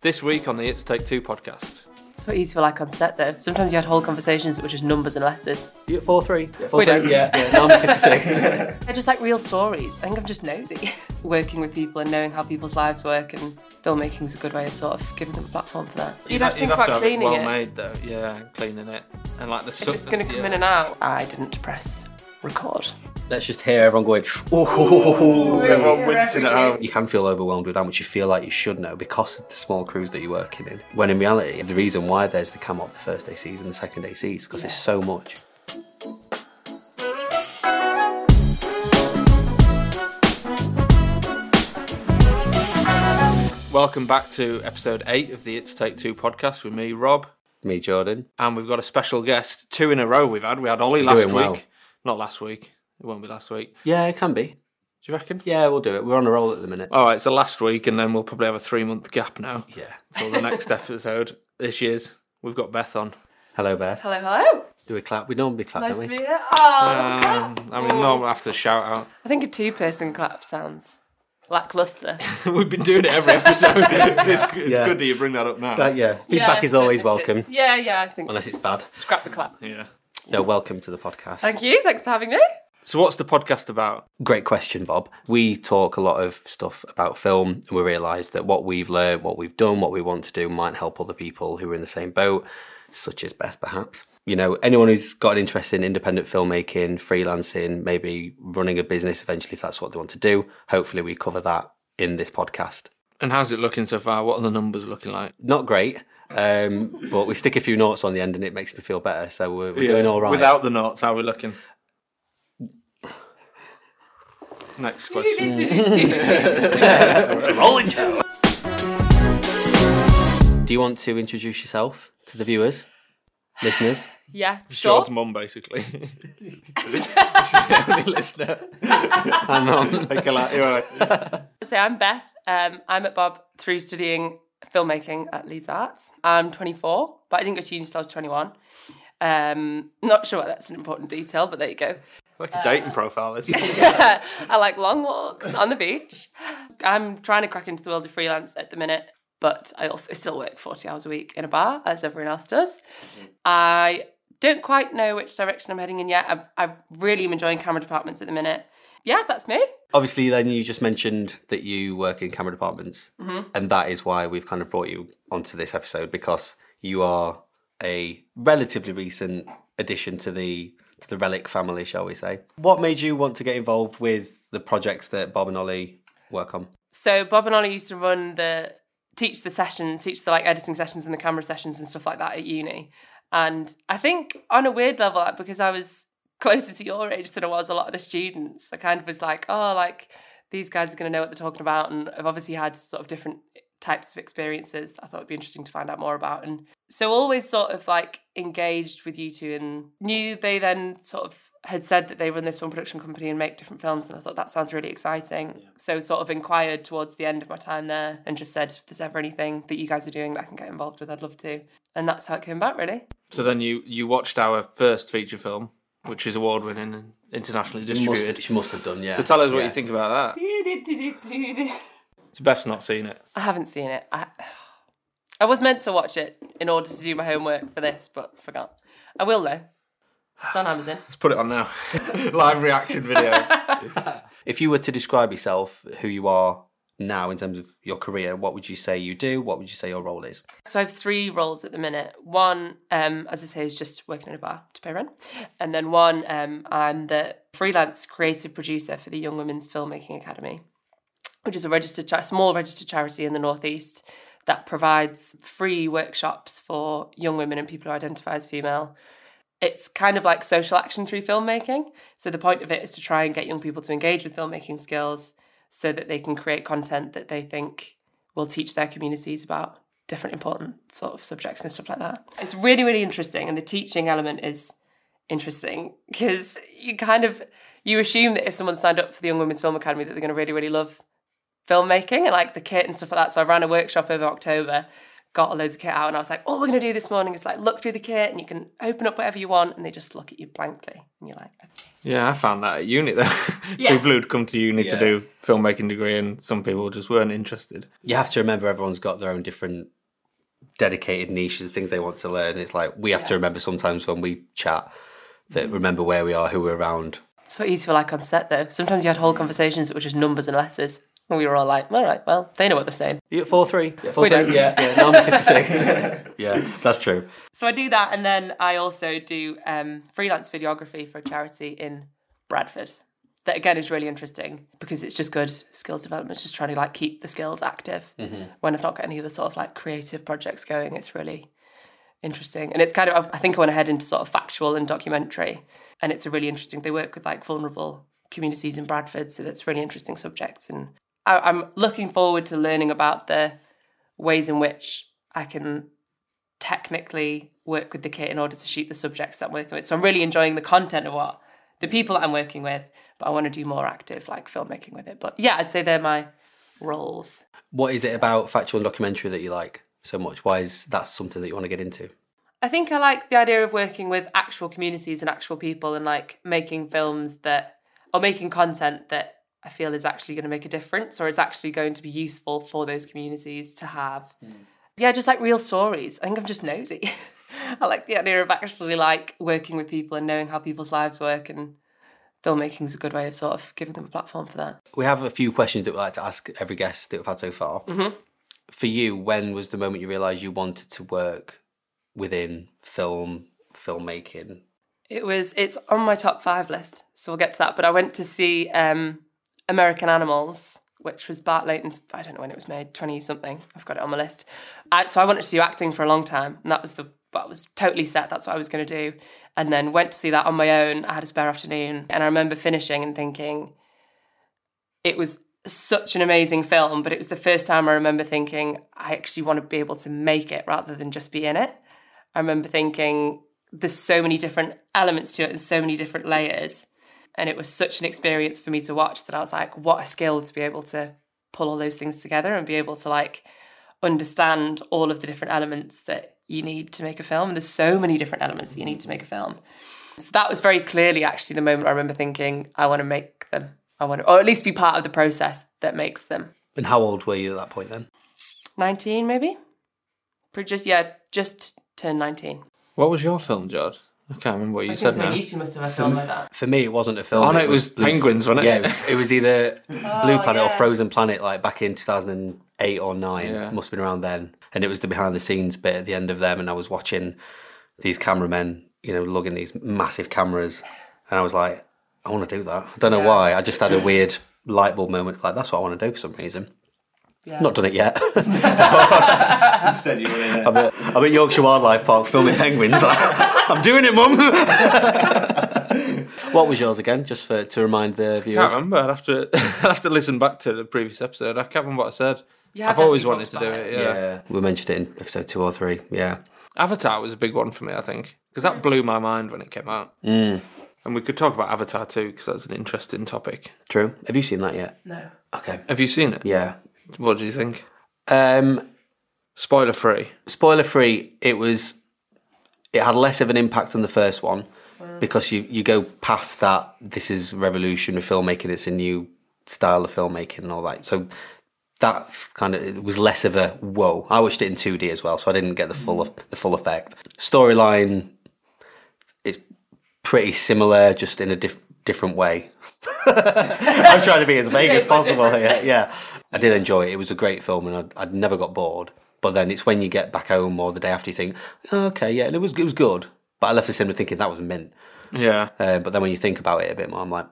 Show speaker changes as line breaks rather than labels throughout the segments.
This week on the It's Take Two podcast.
That's what you used to be like on set, though. Sometimes you had whole conversations that were just numbers and letters.
You at four three?
We don't.
Yeah, yeah. No, I'm fifty six.
I just like real stories. I think I'm just nosy. Working with people and knowing how people's lives work and filmmaking's a good way of sort of giving them a platform for that. You'd have to think about
have to have it
cleaning
well
it.
made though. Yeah, and cleaning it. And like the
If it's going to come in and out. I didn't press record.
Let's just hear everyone going. Oh,
Everyone wincing at home.
you can feel overwhelmed with how much you feel like you should know because of the small crews that you're working in. When in reality, the reason why there's the come up the first day season, the second day season, because there's so much.
Welcome back to episode eight of the It's Take Two podcast with me, Rob,
Me, Jordan.
and we've got a special guest. Two in a row we've had. We had Ollie last week.
doing well.
Not last week. It won't be last week.
Yeah, it can be.
Do you reckon?
Yeah, we'll do it. We're on a roll at the minute.
All right, so last week, and then we'll probably have a three month gap now
Yeah.
until the next episode. This year's we've got Beth on.
Hello, Bear.
Hello, hello.
Do we clap? We normally clap,
Nice
don't we?
to be here. Oh,
Um, I mean, normally after shout out,
I think a two-person clap sounds lackluster.
we've been doing it every episode. it's it's good that you bring that up now.
But yeah, feedback is always welcome.
Yeah, yeah. I think
Unless it's bad.
Scrap the clap.
yeah.
No, welcome to the podcast.
Thank you. Thanks for having me.
So, what's the podcast about?
Great question, Bob. We talk a lot of stuff about film, and we realise that what we've learned, what we've done, what we want to do might help other people who are in the same boat, such as Beth, perhaps. You know, anyone who's got an interest in independent filmmaking, freelancing, maybe running a business eventually, if that's what they want to do, hopefully we cover that in this podcast.
And how's it looking so far? What are the numbers looking like?
Not great, um, but we stick a few notes on the end and it makes me feel better. So we're, we're doing all right.
Without the knots, how are we looking? Next question.
rolling Joe. Do you want to introduce yourself to the viewers, listeners?
yeah, sure.
Sean's mum, basically. She's the only listener.
I'm on.
Like, you're right.
So I'm Beth. Um, I'm at Bob through studying filmmaking at Leeds Arts. I'm 24, but I didn't go to uni until I was 21. Um, not sure why that's an important detail, but there you go.
like a dating profile, isn't it?
I like long walks on the beach. I'm trying to crack into the world of freelance at the minute, but I also still work 40 hours a week in a bar, as everyone else does. I don't quite know which direction I'm heading in yet. I, I really am enjoying camera departments at the minute. Yeah, that's me.
Obviously, then you just mentioned that you work in camera departments,
Mm-hmm.
and that is why we've kind of brought you onto this episode because you are a relatively recent addition to the to the relic family, shall we say? What made you want to get involved with the projects that Bob and Ollie work on?
So Bob and Ollie used to run the teach the sessions, teach the like editing sessions and the camera sessions and stuff like that at uni. And I think on a weird level, like, because I was closer to your age than I was a lot of the students, I kind of was like, oh, like these guys are going to know what they're talking about, and I've obviously had sort of different types of experiences that I thought would be interesting to find out more about. And so always sort of like engaged with you two and knew they then sort of had said that they run this one production company and make different films and I thought that sounds really exciting. So sort of inquired towards the end of my time there and just said if there's ever anything that you guys are doing that I can get involved with I'd love to. And that's how it came about really.
So then you you watched our first feature film, which is award winning and internationally
She
distributed.
must, she must have done, yeah.
So tell us what
Yeah.
you think about that. So Beth's not seen it.
I haven't seen it. I I was meant to watch it in order to do my homework for this but forgot. I will though. It's on Amazon.
Let's put it on now. Live reaction video.
If you were to describe yourself, who you are now in terms of your career, what would you say you do? What would you say your role is?
So I have three roles at the minute. One, um, as I say, is just working in a bar to pay rent, and then one, um, I'm the freelance creative producer for the Young Women's Filmmaking Academy, which is a registered, cha- small registered charity in the northeast that provides free workshops for young women and people who identify as female. It's kind of like social action through filmmaking. So the point of it is to try and get young people to engage with filmmaking skills so that they can create content that they think will teach their communities about different important sort of subjects and stuff like that. It's really, really interesting. And the teaching element is interesting because you kind of you assume that if someone signed up for the Young Women's Film Academy that they're gonna really, really love filmmaking and like the kit and stuff like that. So I ran a workshop over October got loads of kit out, and I was like, all we're going to do this morning is like look through the kit, and you can open up whatever you want, and they just look at you blankly, and you're like, okay.
Yeah, I found that at uni though.
Yeah.
People who'd come to uni
Yeah.
to do filmmaking degree and some people just weren't interested.
You have to remember everyone's got their own different dedicated niches, things they want to learn. It's like we have to remember sometimes when we chat that remember where we are, who we're around.
It's what you used to like on set though. Sometimes you had whole conversations that were just numbers and letters, and we were all like, all right, well, they know what they're saying.
You at four three? Yeah, four
We
three.
don't.
Yeah, yeah. No, I'm fifty six. yeah, that's true.
So I do that, and then I also do um, freelance videography for a charity in Bradford. That again is really interesting because it's just good skills development. It's just trying to like keep the skills active when I've not got any other sort of like creative projects going. It's really interesting, and it's kind of I think I went ahead into sort of factual and documentary, and it's a really interesting. They work with like vulnerable communities in Bradford, so that's really interesting subjects, and I, I'm looking forward to learning about the ways in which I can technically work with the kit in order to shoot the subjects that I'm working with. So I'm really enjoying the content of what the people that I'm working with, but I want to do more active like filmmaking with it. But yeah, I'd say they're my roles.
What is it about factual and documentary that you like so much? Why is that something that you want to get into?
I think I like the idea of working with actual communities and actual people and like making films that or making content that I feel is actually going to make a difference or is actually going to be useful for those communities to have. Yeah, just like real stories. I think I'm just nosy. I like the idea of actually like working with people and knowing how people's lives work and filmmaking's a good way of sort of giving them a platform for that.
We have a few questions that we like to ask every guest that we've had so far.
Mm-hmm.
For you, when was the moment you realised you wanted to work within film, filmmaking?
It was it's on my top five list, so we'll get to that. But I went to see um, American Animals, which was Bart Layton's. I don't know when it was made, twenty something. I've got it on my list. I, so I wanted to do acting for a long time, and that was the that was totally set. That's what I was going to do, and then went to see that on my own. I had a spare afternoon, and I remember finishing and thinking, it was such an amazing film, but it was the first time I remember thinking I actually want to be able to make it rather than just be in it. I remember thinking there's so many different elements to it and so many different layers. And it was such an experience for me to watch that I was like, what a skill to be able to pull all those things together and be able to like understand all of the different elements that you need to make a film. And there's so many different elements that you need to make a film. So that was very clearly actually the moment I remember thinking, I want to make them. I want to, or at least be part of the process that makes them.
And how old were you at that point then?
19 maybe? Pre- Just, yeah, just turned 19.
What was your film, Jod? I can't remember what you
I was
said
going to
now.
say, you two must have a film like that.
For me, it wasn't a film.
Oh no, it was
Blue-
Penguins, wasn't it?
Yeah, it was, it was either Blue Planet or
yeah.
Frozen Planet, like back in 2008 or 9.
Yeah.
Must have been around then. And it was the behind the scenes bit at the end of them. And I was watching these cameramen, you know, lugging these massive cameras. And I was like, I want to do that. I don't know why. I just had a weird light bulb moment. Like, that's what I want to do for some reason.
Yeah.
Not done it yet.
Instead, you went in
I'm, at, I'm at Yorkshire Wildlife Park filming penguins. I'm doing it, mum. what was yours again? Just for to remind the viewers.
can't remember. I'd have to I'd have to listen back to the previous episode. I can't remember what I said.
You have
I've always
definitely
wanted to
talked
do
about
it.
it.
Yeah.
Yeah, we mentioned it in episode two or three. Yeah,
Avatar was a big one for me, I think, because
Mm.
that blew my mind when it came out. Mm. And we could talk about Avatar too, because that's an interesting topic.
true. Have you seen that yet?
No.
Okay.
Have you seen it?
Yeah.
What do you think?
Um,
Spoiler free.
spoiler free. It was. It had less of an impact on the first one because you you go past that. This is revolution of filmmaking. It's a new style of filmmaking and all that. So that kind of it was less of a whoa. I watched it in two D as well, so I didn't get the full of,
Mm.
the full effect. Storyline. It's pretty similar, just in a diff- different way. I'm trying to be as vague as
Same but
possible here. Yeah, I did enjoy it. It was a great film, and I'd, I'd never got bored. But then it's when you get back home or the day after you think, "Oh, okay, yeah, and it was it was good. But I left the cinema thinking that was mint.
Yeah.
Uh, but then when you think about it a bit more, I'm like,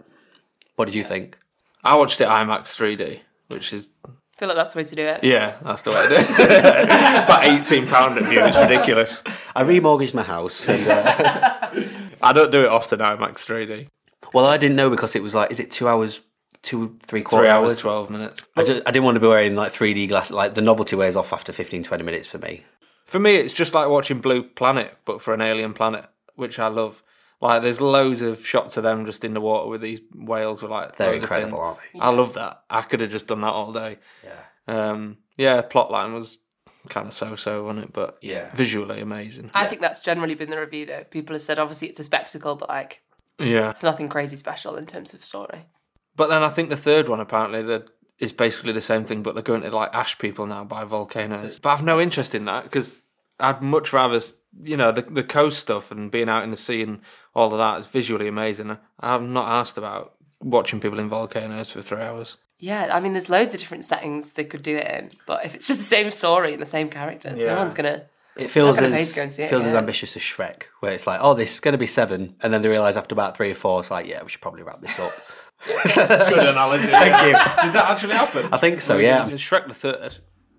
what did you think?
I watched it IMAX 3D, which is
I feel like that's the way to do it.
yeah, that's the way I do. it. About eighteen pound a view is ridiculous.
I remortgaged my house. And, uh,
I don't do it often. IMAX 3D.
well, I didn't know because it was like, is it two hours, two three quarter
Three
hours?
hours, twelve minutes.
I, just, I didn't want to be wearing like 3D glass. Like the novelty wears off after 15, 20 minutes for me.
For me, it's just like watching Blue Planet, but for an alien planet, which I love. Like, there's loads of shots of them just in the water with these whales with like
They're
loads of
incredible,
fins.
aren't they?
I love that. I could have just done that all day.
Yeah.
Um, yeah, plotline was kind of so-so on it, but
Yeah.
visually amazing.
I think that's generally been the review, though. People have said, obviously, it's a spectacle, but like,
yeah,
it's nothing crazy special in terms of story.
but then I think the third one apparently that is basically the same thing, but they're going to like ash people now by volcanoes. But I've no interest in that because I'd much rather s- you know the the coast stuff and being out in the sea and all of that is visually amazing. I'm not asked about watching people in volcanoes for three hours.
Yeah, I mean, there's loads of different settings they could do it in, but if it's just the same story and the same characters,
Yeah.
no one's gonna.
It feels
gonna pay to
as
go and see it,
feels as
yeah.
ambitious as Shrek, where it's like, oh, this is going to be seven, and then they realise after about three or four, it's like, yeah, we should probably wrap this up.
Good analogy. Thank
Thank you.
Did that actually happen?
I think so. Yeah.
Shrek the third.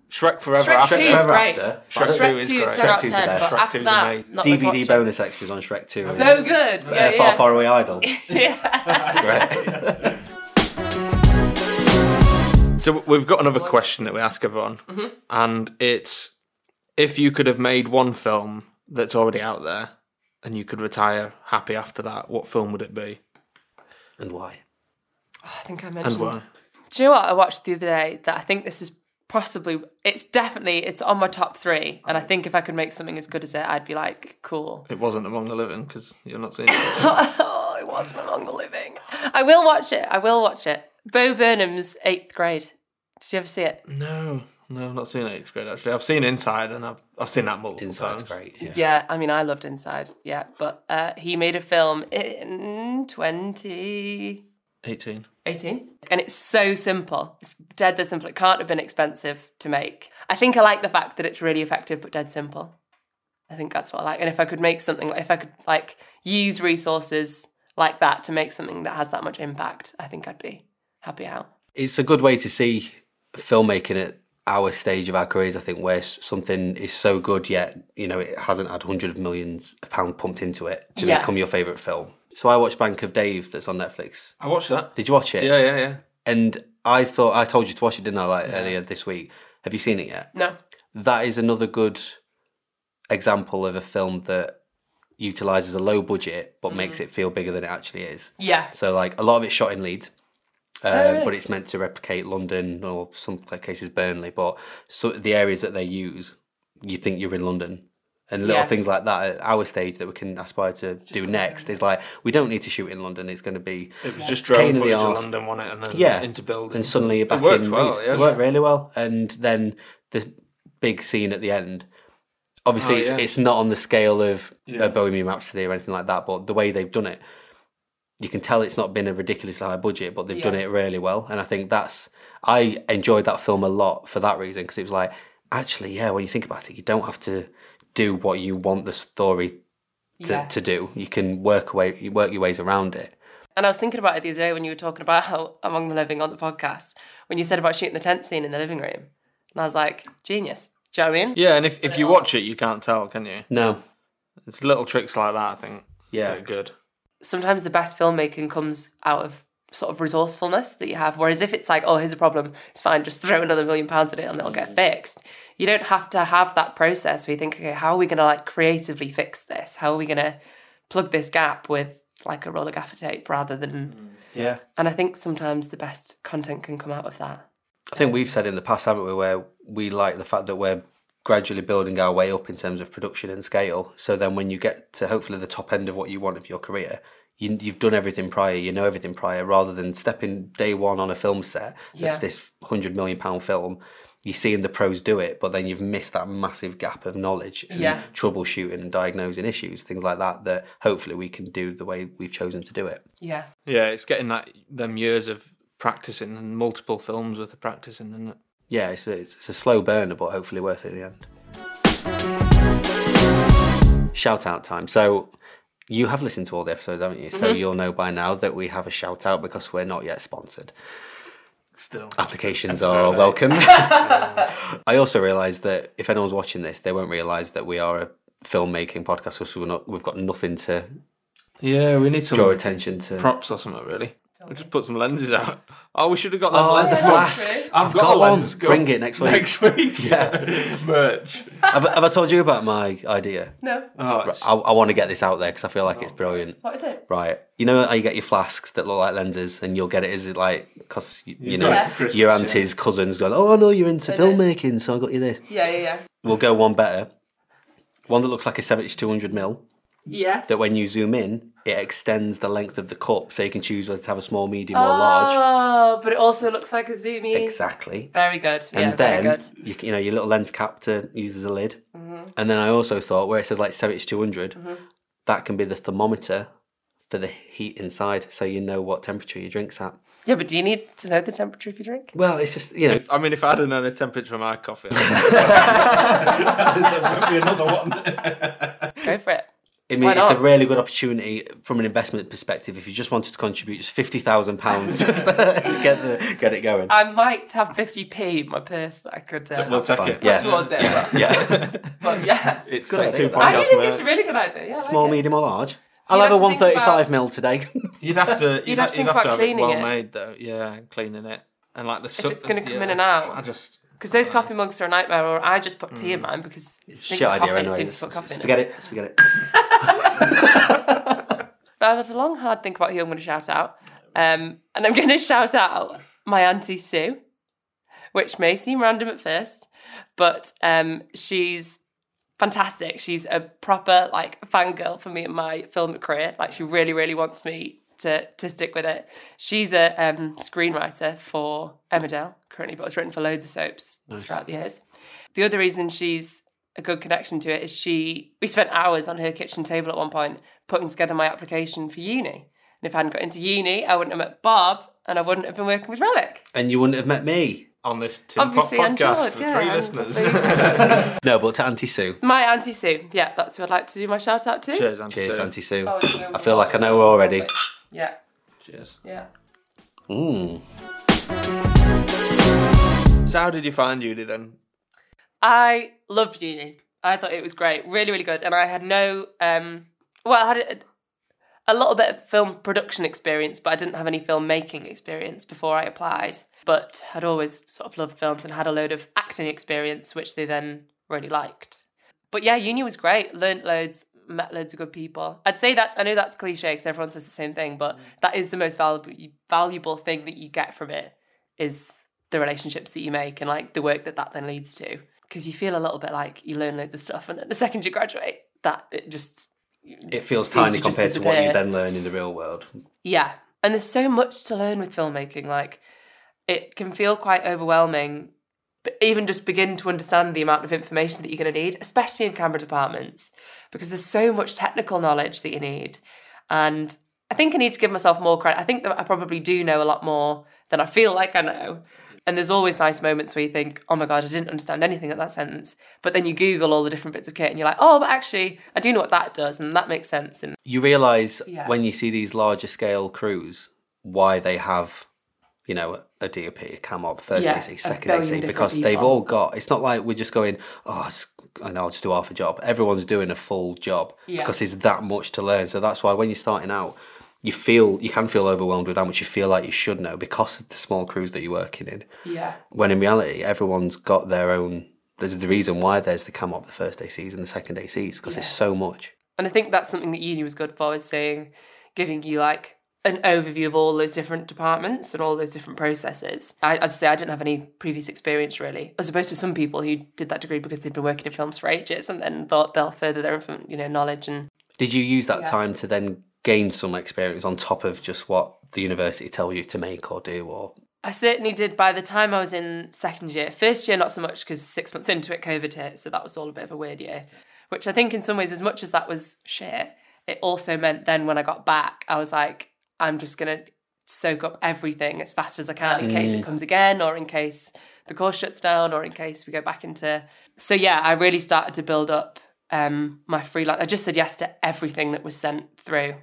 Shrek Forever
Shrek
After.
Two is
Forever
great.
After.
Shrek
Shrek,
Two is
Two is
great.
ten
Shrek
out
Two
of
is
ten,
the best.
but
Shrek
after
Two is
that,
amazing.
not worth watching.
DVD bonus extras on Shrek Two.
So good. Yeah,
Uh, far,
yeah.
far away idol.
Yeah.
Great.
So we've got another question that we ask everyone, and it's if you could have made one film that's already out there and you could retire happy after that, what film would it be
and why?
I think I
and
mentioned.
why?
Do you know what I watched the other day that I think this is possibly it's definitely it's on my top three and I think if I could make something as good as it I'd be like cool.
It wasn't Among the Living because you're not seeing it.
oh, it wasn't among the living. I will watch it. I will watch it. Bo Burnham's Eighth Grade. Did you ever see it?
no, no, I've not seen Eighth Grade actually. I've seen Inside and I've I've seen that multiple
Inside's
times.
great. Yeah.
Yeah, I mean, I loved Inside. Yeah, but uh, he made a film in 2018.
Eighteen.
And it's so simple. It's dead that simple. It can't have been expensive to make. I think I like the fact that it's really effective but dead simple. I think that's what I like. And if I could make something, if I could like use resources like that to make something that has that much impact, I think I'd be happy out.
It's a good way to see filmmaking at our stage of our careers. I think where s- something is so good yet you know it hasn't had hundreds of millions of pound pumped into it to
Yeah.
become your favourite film. So I watched Bank of Dave that's on Netflix.
I watched that.
Did you watch it?
Yeah, yeah, yeah.
And I thought I told you to watch it, didn't I? Like earlier this week. Have you seen it yet?
No.
that is another good example of a film that utilizes a low budget but makes it feel bigger than it actually is.
Yeah. Oh,
So like a lot of it's shot in Leeds, um,
really?
but it's meant to replicate London or some pla- cases Burnley. But so the areas that they use, you think you're in London. And little
Yeah.
things like that at our stage that we can aspire to do next is like we don't need to shoot in London. It's going to be
It was just
Pain
drone
in the
footage of
arse.
London, wasn't it? And then
Yeah.
into buildings.
and suddenly you're back
worked
in
well,
Leeds.
yeah.
It worked really well. And then the big scene at the end. Obviously,
Oh,
it's,
yeah.
it's not on the scale of
Yeah.
a Bohemian Rhapsody or anything like that, but the way they've done it, you can tell it's not been a ridiculously high budget, but they've done
Yeah.
it really well. And I think that's I enjoyed that film a lot for that reason because it was like actually, yeah, when you think about it, you don't have to do what you want the story to,
Yeah.
to do. You can work away, you work your ways around it.
And I was thinking about it the other day when you were talking about how Among the Living on the podcast, when you said about shooting the tent scene in the living room. And I was like, genius. Do you know what I mean?
yeah, and if, if you watch it, you can't tell, can you?
No,
It's little tricks like that. I think.
Yeah.
that are good.
Sometimes the best filmmaking comes out of sort of resourcefulness that you have. Whereas if it's like, oh, here's a problem, it's fine, just throw another million pounds at it and it'll get fixed. You don't have to have that process where you think, okay, how are we going to like creatively fix this? How are we going to plug this gap with like a roll of gaffer tape rather than.
yeah.
And I think sometimes the best content can come out of that.
I think we've said in the past, haven't we, where we like the fact that we're gradually building our way up in terms of production and scale. So then when you get to hopefully the top end of what you want of your career, you, you've done everything prior, you know everything prior, rather than stepping day one on a film set that's
Yeah.
this £100 million film. You're seeing the pros do it, but then you've missed that massive gap of knowledge and
Yeah.
troubleshooting and diagnosing issues, things like that, that hopefully we can do the way we've chosen to do it.
Yeah.
Yeah, it's getting that them years of practicing and multiple films with the practicing, isn't it?
Yeah, it's a, it's it's a slow burner, but hopefully worth it in the end. Shout out time. So you have listened to all the episodes, haven't you?
Mm-hmm.
So you'll know by now that we have a shout out because we're not yet sponsored.
Still.
Applications
Episode
are
eight.
welcome. I also realise that if anyone's watching this, they won't realise that we are a filmmaking podcast because we're not, we've got nothing to
Yeah, we need some
draw attention to.
props or something really.
Oh,
We'll just put some lenses out. Oh, we should have got that
Oh, the
lens.
that's
flasks.
true.
I've, got, a
one.
lens. Go
Bring it next week.
Next week, yeah. Merch.
have, have I told you about my idea?
No.
Oh, it's-
I, I want to get this out there because I feel like
Oh,
it's brilliant.
What is it?
Right. You know how you get your flasks that look like lenses and you'll get it as it like, because, you, you know,
got it for Christmas,
your
yeah.
auntie's cousin's going, oh, I know you're into filmmaking, so I got you this.
Yeah, yeah, yeah.
We'll go one better. One that looks like a 70 to 200 mil.
Yes.
That when you zoom in, it extends the length of the cup, so you can choose whether to have a small, medium, or large.
Oh, but it also looks like a zoomy.
Exactly.
Very good.
and
yeah,
then
very good.
You, c- you know your little lens captor uses a lid. And then I also thought where it says like 70 to 200, that can be the thermometer for the heat inside, so you know what temperature your drink's at.
Yeah, but do you need to know the temperature of your drink?
Well, it's just you know
I mean, if I hadn't known the temperature of my coffee,
another one.
Go for it.
I mean,
Why
it's a
not?
really good opportunity from an investment perspective. If you just wanted to contribute just fifty thousand pounds just uh, to get the get it going,
I might have 50p in my purse that I could uh,
we'll take it.
Yeah.
towards it. But,
yeah,
but yeah.
It's
Good
like
idea,
two
that.
I
points.
do
off
think
me.
it's a really good idea. Yeah, I
small,
like it.
medium, or large. I'll
You'd
have a
have to
one
think
thirty-five
about-
mil today.
You'd have to. You'd, have,
have to
you'd
think
have to
about
have it
cleaning
well
it.
made though. Yeah, and cleaning it and like the if
it's gonna come in and out.
I just
Because those coffee mugs are a nightmare, or I just put tea in mine because it stinks
Mm. Shit
coffee.
idea
it
anyway.
stinks
Just-
for coffee.
just
in it.
Forget it. Just Forget it.
But I've had a long, hard think about who I'm going to shout out. Um, and I'm going to shout out my Auntie Sue, which may seem random at first, but um, she's fantastic. She's a proper like fangirl for me and my film career. Like she really, really wants me to to stick with it. She's a um, screenwriter for Emmerdale currently, but has written for loads of soaps throughout the years. The other reason she's a good connection to it is she we spent hours on her kitchen table at one point putting together my application for uni. And if I hadn't got into uni, I wouldn't have met Bob and I wouldn't have been working with Relic.
And you wouldn't have met me.
on this Tim Pop
Obviously,
podcast
and George,
with
yeah,
three
and
listeners.
No, but to Auntie Sue.
My Auntie Sue. Yeah, that's who I'd like to do my shout out to.
Cheers, Auntie.
Cheers,
Sue.
Auntie Sue.
Oh, it's
I feel like I know her already.
Yeah,
Cheers.
yeah.
Mm.
So, how did you find Judy then?
I loved uni. I thought it was great, really, really good. And I had no, um, well, I had a, a little bit of film production experience, but I didn't have any filmmaking experience before I applied. But had always sort of loved films and had a load of acting experience, which they then really liked. But yeah, uni was great. Learned loads, met loads of good people. I'd say that's, I know that's cliche because everyone says the same thing, but that is the most valuable, valuable thing that you get from it is the relationships that you make and like the work that that then leads to because you feel a little bit like you learn loads of stuff and then the second you graduate that it just
It feels
Seems
tiny
to just
compared to what you
disappear.
then learn in the real world.
yeah and there's so much to learn with filmmaking like it can feel quite overwhelming but even just begin to understand the amount of information that you're going to need especially in camera departments because there's so much technical knowledge that you need and i think i need to give myself more credit i think that i probably do know a lot more than i feel like i know and there's always nice moments where you think oh my god i didn't understand anything at that sentence but then you google all the different bits of kit and you're like oh but actually i do know what that does and that makes sense and
you realize
Yeah.
when you see these larger scale crews why they have you know a DOP, a cam op, first
Yeah,
AC,
a
second
billion
AC,
different
because they've
people.
all got. It's not like we're just going. Oh, it's, I know I'll just do half a job. Everyone's doing a full job
Yeah.
because there's that much to learn. So that's why when you're starting out, you feel you can feel overwhelmed with how much you feel like you should know because of the small crews that you're working in
yeah
when in reality everyone's got their own there's the reason why there's the come up the first ACs and the second ACs because there's so much.
And I think that's something that uni was good for, is saying, giving you like an overview of all those different departments and all those different processes. I, as I say, I didn't have any previous experience really, as opposed to some people who did that degree because they'd been working in films for ages and then thought they'll further their inform- you know knowledge and
Did you use that time to then gain some experience on top of just what the university tells you to make or do or
I certainly did by the time I was in second year. First year, not so much because six months into it, COVID hit. So that was all a bit of a weird year, which I think in some ways, as much as that was shit, it also meant then when I got back, I was like, I'm just going to soak up everything as fast as I can in case it comes again or in case the course shuts down or in case we go back into. So yeah, I really started to build up um, my freelance. I just said yes to everything that was sent through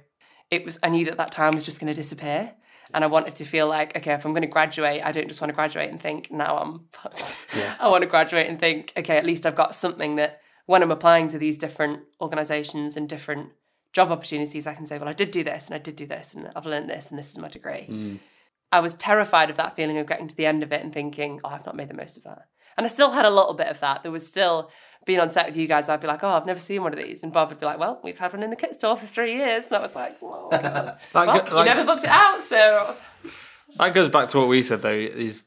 it was I knew that that time was just going to disappear. And I wanted to feel like, okay, if I'm going to graduate, I don't just want to graduate and think, now I'm fucked. I want to graduate and think, okay, at least I've got something that when I'm applying to these different organizations and different job opportunities, I can say, well, I did do this and I did do this and I've learned this and this is my degree. I was terrified of that feeling of getting to the end of it and thinking, oh, I've not made the most of that. And I still had a little bit of that. There was still being on set with you guys, I'd be like, oh, I've never seen one of these. And Bob would be like, well, we've had one in the kit store for three years. And I was like, whoa, God.
Like,
Well,
like-
you never booked it out, so I was,
That goes back to what we said though. Is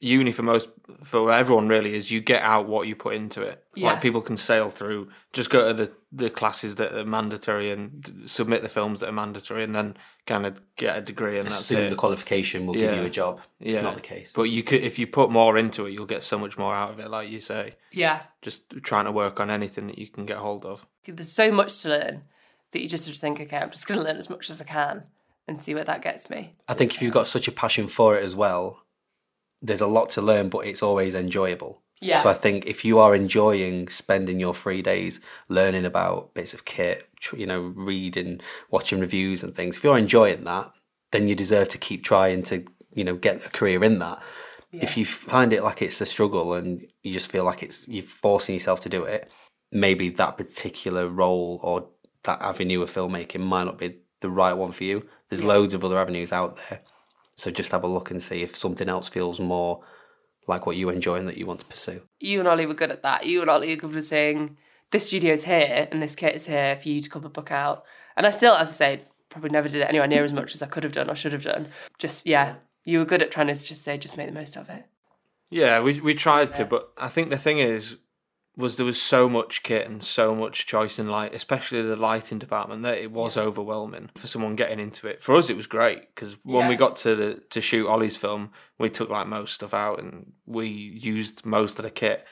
uni for most for everyone really is you get out what you put into it.
Yeah.
Like people can sail through. Just go to the the classes that are mandatory and d- submit the films that are mandatory, and then kind of get a degree. And that's
Assume
it.
the qualification will give
Yeah.
you a job. It's
Yeah.
not the case.
But you could if you put more into it, you'll get so much more out of it. Like you say,
Yeah.
just trying to work on anything that you can get hold of.
There's so much to learn that you just sort of think, okay, I'm just going to learn as much as I can and see where that gets me.
I think if you've got such a passion for it as well, there's a lot to learn, but it's always enjoyable.
Yeah.
So I think if you are enjoying spending your free days learning about bits of kit, tr- you know, reading, watching reviews and things, if you're enjoying that, then you deserve to keep trying to, you know, get a career in that. If you find it like it's a struggle and you just feel like it's you're forcing yourself to do it, maybe that particular role or that avenue of filmmaking might not be the right one for you. There's loads of other avenues out there. So just have a look and see if something else feels more like what you enjoy and that you want to pursue.
you and Ollie were good at that. You and Ollie were good at saying, this studio's here and this kit is here for you to come and book out. And I still, as I say, probably never did it anywhere near as much as I could have done or should have done. Just, yeah, you were good at trying to just say, just make the most of it.
Yeah, we we tried to, but I think the thing is, was there was so much kit and so much choice in light, especially the lighting department, that it was overwhelming for someone getting into it. For us, it was great because when we
Yeah.
got to the to shoot Ollie's film, we took like most stuff out and we used most of the kit.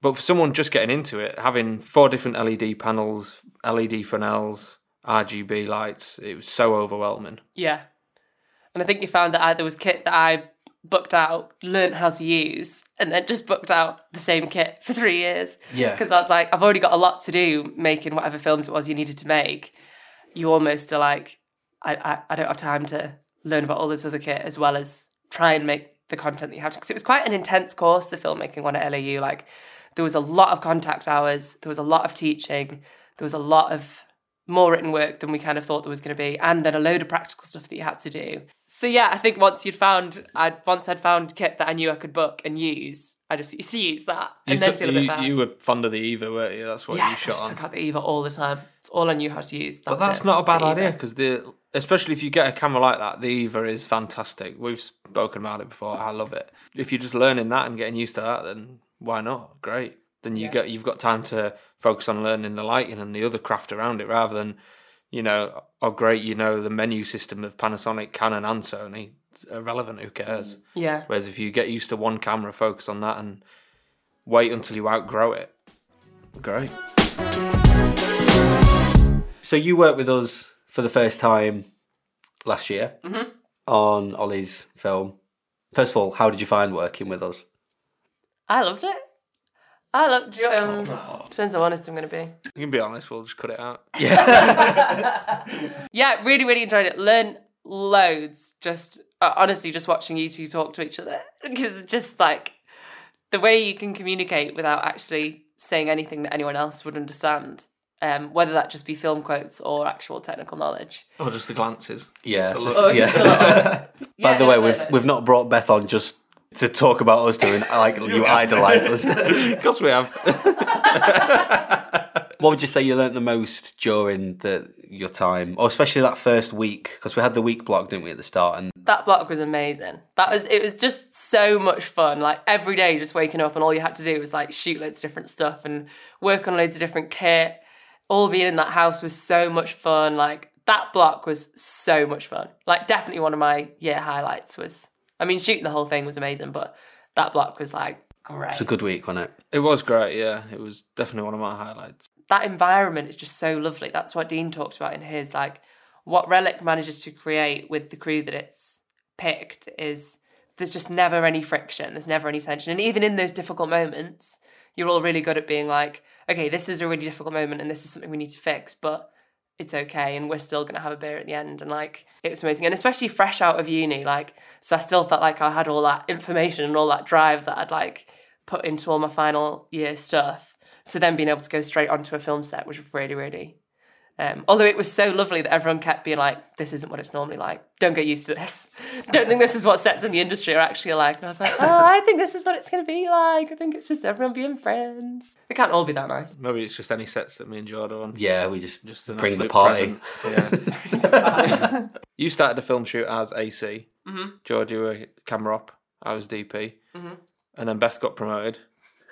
But for someone just getting into it, having four different LED panels, LED Fresnels, RGB lights, it was so overwhelming.
Yeah. And I think you found that I, there was kit that I booked out, learnt how to use, and then just booked out the same kit for three years.
Yeah.
Because I was like, I've already got a lot to do making whatever films it was you needed to make. You almost are like, I, I, I don't have time to learn about all this other kit as well as try and make the content that you have to. Because it was quite an intense course, the filmmaking one at LAU. Like, there was a lot of contact hours, there was a lot of teaching, there was a lot of more written work than we kind of thought there was going to be, and then a load of practical stuff that you had to do. So yeah, I think once you'd found, I'd once I'd found kit that I knew I could book and use, I just used to use that and
You,
then
th-
feel a bit
you-
bad.
you were fond of the Eva, weren't you? That's what
yeah,
you
I
shot
just
on.
took out the Eva all the time. It's all I knew how to use. That
But
was
that's
it,
not a bad
the Eva.
idea because the especially if you get a camera like that, the Eva is fantastic. We've spoken about it before. I love it. If you're just learning that and getting used to that, then why not? Great. Then you get you've got time to focus on learning the lighting and the other craft around it rather than you know oh great you know the menu system of Panasonic, Canon, and Sony. It's irrelevant. Who cares?
Yeah,
Whereas if you get used to one camera, focus on that and wait until you outgrow it. Great.
So you worked with us for the first time last year
Mm-hmm.
on Ollie's film. First of all, how did you find working with us?
I loved it. I loved. Do you know, um, Depends how honest I'm going to be.
You can be honest. We'll just cut it out.
yeah, really, really enjoyed it. Learned loads. Just uh, honestly, just watching you two talk to each other because just like the way you can communicate without actually saying anything that anyone else would understand, um, whether that just be film quotes or actual technical knowledge.
Or just the glances.
Yeah.
Oh, it's
yeah.
just a lot.
By the
no,
way,
no,
we've
no.
we've not brought Beth on just to talk about us doing like you idolise us.
Of course we have.
What would you say you learnt the most during the your time, or especially that first week? Because we had the week block, didn't we, at the start? And
that block was amazing. That was it was just so much fun. Like every day just waking up and all you had to do was like shoot loads of different stuff and work on loads of different kit. All being in that house was so much fun. Like that block was so much fun. Like definitely one of my year highlights was I mean shooting the whole thing was amazing, but that block was like great.
it's a good week, wasn't it?
It was great, yeah. It was definitely one of my highlights.
that environment is just so lovely. That's what Dean talked about in his like what Relic manages to create with the crew that it's picked is there's just never any friction, there's never any tension. And even in those difficult moments, you're all really good at being like, okay, this is a really difficult moment and this is something we need to fix, but it's okay and we're still going to have a beer at the end and like it was amazing and especially fresh out of uni like so i still felt like i had all that information and all that drive that i'd like put into all my final year stuff so then being able to go straight onto a film set was really really um, although it was so lovely that everyone kept being like this isn't what it's normally like don't get used to this don't think this is what sets in the industry are actually like and i was like oh i think this is what it's going to be like i think it's just everyone being friends we can't all be that nice
Maybe it's just any sets that me and Jordan are on.
Yeah, we just
Just an
bring the
absolute
party.
presence, Yeah. you started the film shoot as AC. Mm-hmm. George, you were camera op. I was DP.
Mhm.
And then Beth got promoted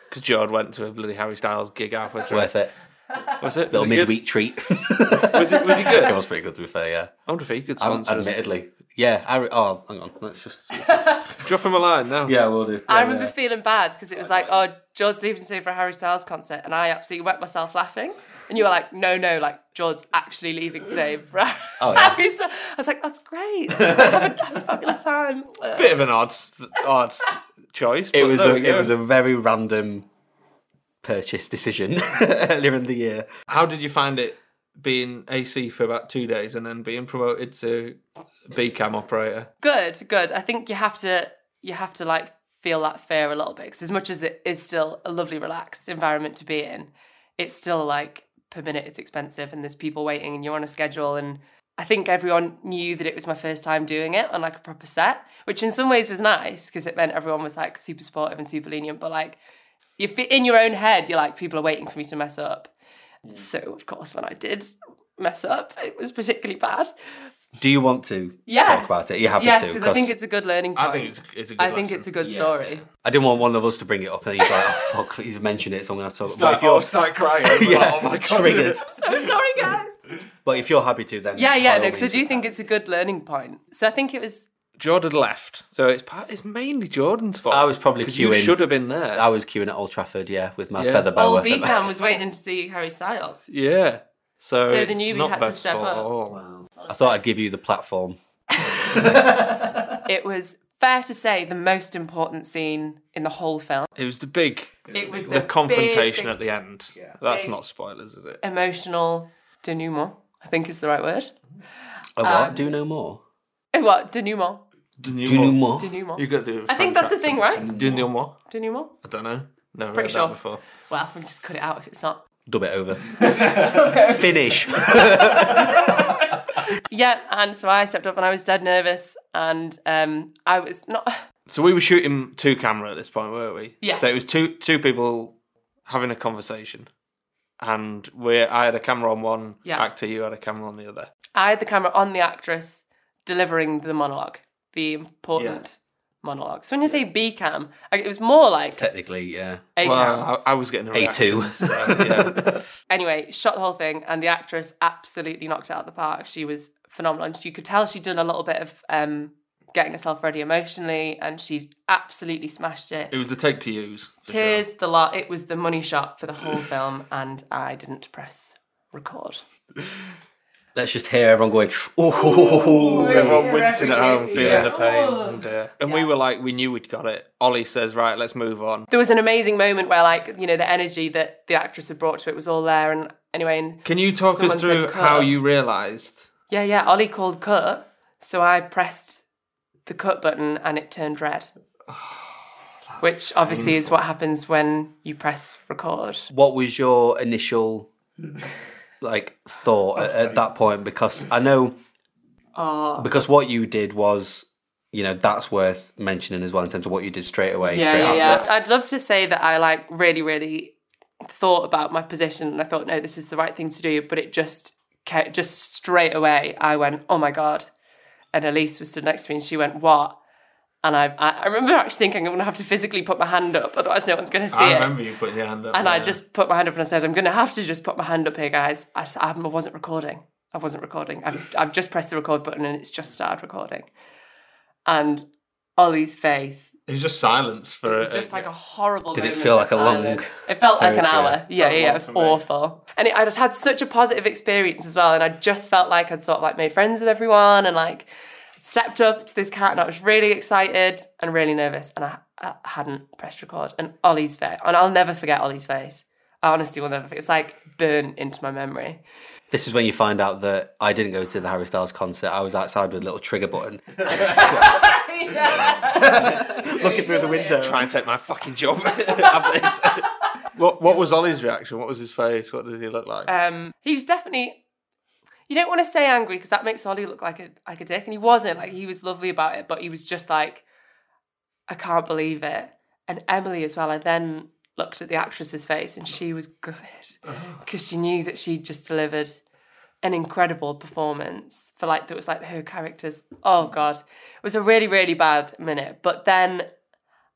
because George went to a bloody Harry Styles gig halfway through.
Worth it.
Was it?
Little
was it good?
midweek treat.
Was it- was he good?
That was pretty good, to be fair, yeah.
I wonder if he could
Um,
sponsor us.
admittedly. Yeah. I re- oh, hang on. Let's just.
Drop him a line now.
Yeah, we'll do.
I
Yeah,
remember
yeah.
feeling bad because it was like, oh, George Stevenson for a Harry Styles concert, and I absolutely wet myself laughing. And you were like, no, no, like George's actually leaving today for
Oh, yeah.
Harry Styles. I was like, that's great. have, a, have a fabulous time. Uh,
Bit of an odd, odd choice.
It was, a, it was a very random purchase decision earlier in the year.
How did you find it being AC for about two days and then being promoted to B cam operator?
good, good. I think you have to, you have to like feel that fear a little bit because as much as it is still a lovely, relaxed environment to be in, it's still like per minute it's expensive and there's people waiting and you're on a schedule and I think everyone knew that it was my first time doing it on like a proper set, which in some ways was nice because it meant everyone was like super supportive and super lenient. But like, you fit in your own head, you're like, people are waiting for me to mess up. So of course, when I did mess up, it was particularly bad.
Do you want to
Yes.
talk about it? Are you happy
yes,
to?
because I think
'Cause
it's a good learning point.
I think it's, it's a good
I think
lesson.
it's a good story.
I didn't want one of us to bring it up and he's like, oh, fuck, he's mentioned it, so I'm going to talk
Start,
about if you're,
start crying.
Yeah,
oh my god.
triggered.
So sorry, guys.
But if you're happy to, then.
Yeah, yeah,
by all
no, because I
means.
do think it's a good learning point. So I think it was,
Jordan left, so it's part, it's mainly Jordan's fault.
I was probably
'Cause you
queuing.
should have been there.
I was queuing at Old Trafford, yeah, with my
Yeah.
feather boa.
old Beacon was waiting to see Harry Styles.
yeah. So,
So the
it's
newbie
not
had to
Beth's
step
fault Oh,
up.
at all.
I thought I'd give you the platform.
It was fair to say the most important scene in the whole film.
It was the big,
It was
the,
the
confrontation
big-
at the end. That's
Big-
not spoilers, is it?
Emotional denouement, I think is the right word.
Oh, what? do no more.
Eh, What? Denouement.
Do no more.
You
Denouement.
got to do.
I think that's the thing, right?
Denouement.
Denouement.
I don't know. Never
Pretty
heard
sure.
that before.
Well, we just cut it out if it's not.
Dub it over. Finish.
Yeah, and so I stepped up and I was dead nervous, and um, I was not.
So we were shooting two camera at this point, weren't we?
Yes.
So it was two two people having a conversation, and we I had a camera on one
Yeah.
actor, you had a camera on the other.
I had the camera on the actress delivering the monologue, the important monologue. So when you say B cam, I- it was more like
Technically, yeah.
A cam.
Well, I, I was getting a
A two.
reaction, so, yeah.
Anyway, shot the whole thing, and the actress absolutely knocked it out of the park. She was phenomenal, and you could tell she'd done a little bit of um, getting herself ready emotionally, and she absolutely smashed it.
It was the take to use. for sure.
Tears, the lot. It was the money shot for the whole film, and I didn't press record.
Let's just hear everyone going, oh,
Everyone wincing at home, feeling
Yeah.
the
Oh.
pain. And, uh, and we were like, we knew we'd got it. Ollie says, right, let's move on.
there was an amazing moment where like you know the energy that the actress had brought to it was all there and anyway and
Can you talk
Someone
us through
said cut.
how you realised?
yeah yeah ollie called cut so i pressed the cut button and it turned red which obviously is what happens when you press record
what was your initial like thought at, at that point? Because I know
oh
because what you did was, you know, that's worth mentioning as well in terms of what you did straight away.
yeah
straight
yeah,
after.
yeah i'd love to say that i like really really thought about my position and i thought no this is the right thing to do but it just ca- just straight away i went oh my god and Elise was stood next to me and she went, What? And I, I I remember actually thinking, I'm going to have to physically put my hand up, otherwise no one's going to see
I
it.
remember you putting your hand up.
and I
yeah.
just put my hand up and I said, I'm going to have to just put my hand up here, guys. I, just, I wasn't recording. I wasn't recording. I've, I've just pressed the record button and it's just started recording. And Ollie's face
It was just silence for
it was just like a horrible.
Did it
moment
feel
of
like a
silence.
long-
It felt like an
Yeah.
hour. Yeah, yeah, yeah. It was
Felt long for
awful. And it, I'd had such a positive experience as well, and I just felt like I'd sort of like made friends with everyone, and like stepped up to this cat, and I was really excited and really nervous, and I, I hadn't pressed record. And Ollie's face, and I'll never forget Ollie's face. I honestly will never. forget. It's like burnt into my memory.
This is when you find out that I didn't go to the Harry Styles concert. I was outside with a little trigger button, looking through the window.
try and take my fucking job. Have this. what what was Ollie's reaction? What was his face? What did he look like?
Um, he was definitely. You don't want to say angry because that makes Ollie look like a like a dick, and he wasn't. Like he was lovely about it, but he was just like, I can't believe it. And Emily as well. I then looked at the actress's face, and she was good because she knew that she would just delivered an incredible performance for like that was like her characters. Oh god, it was a really really bad minute. But then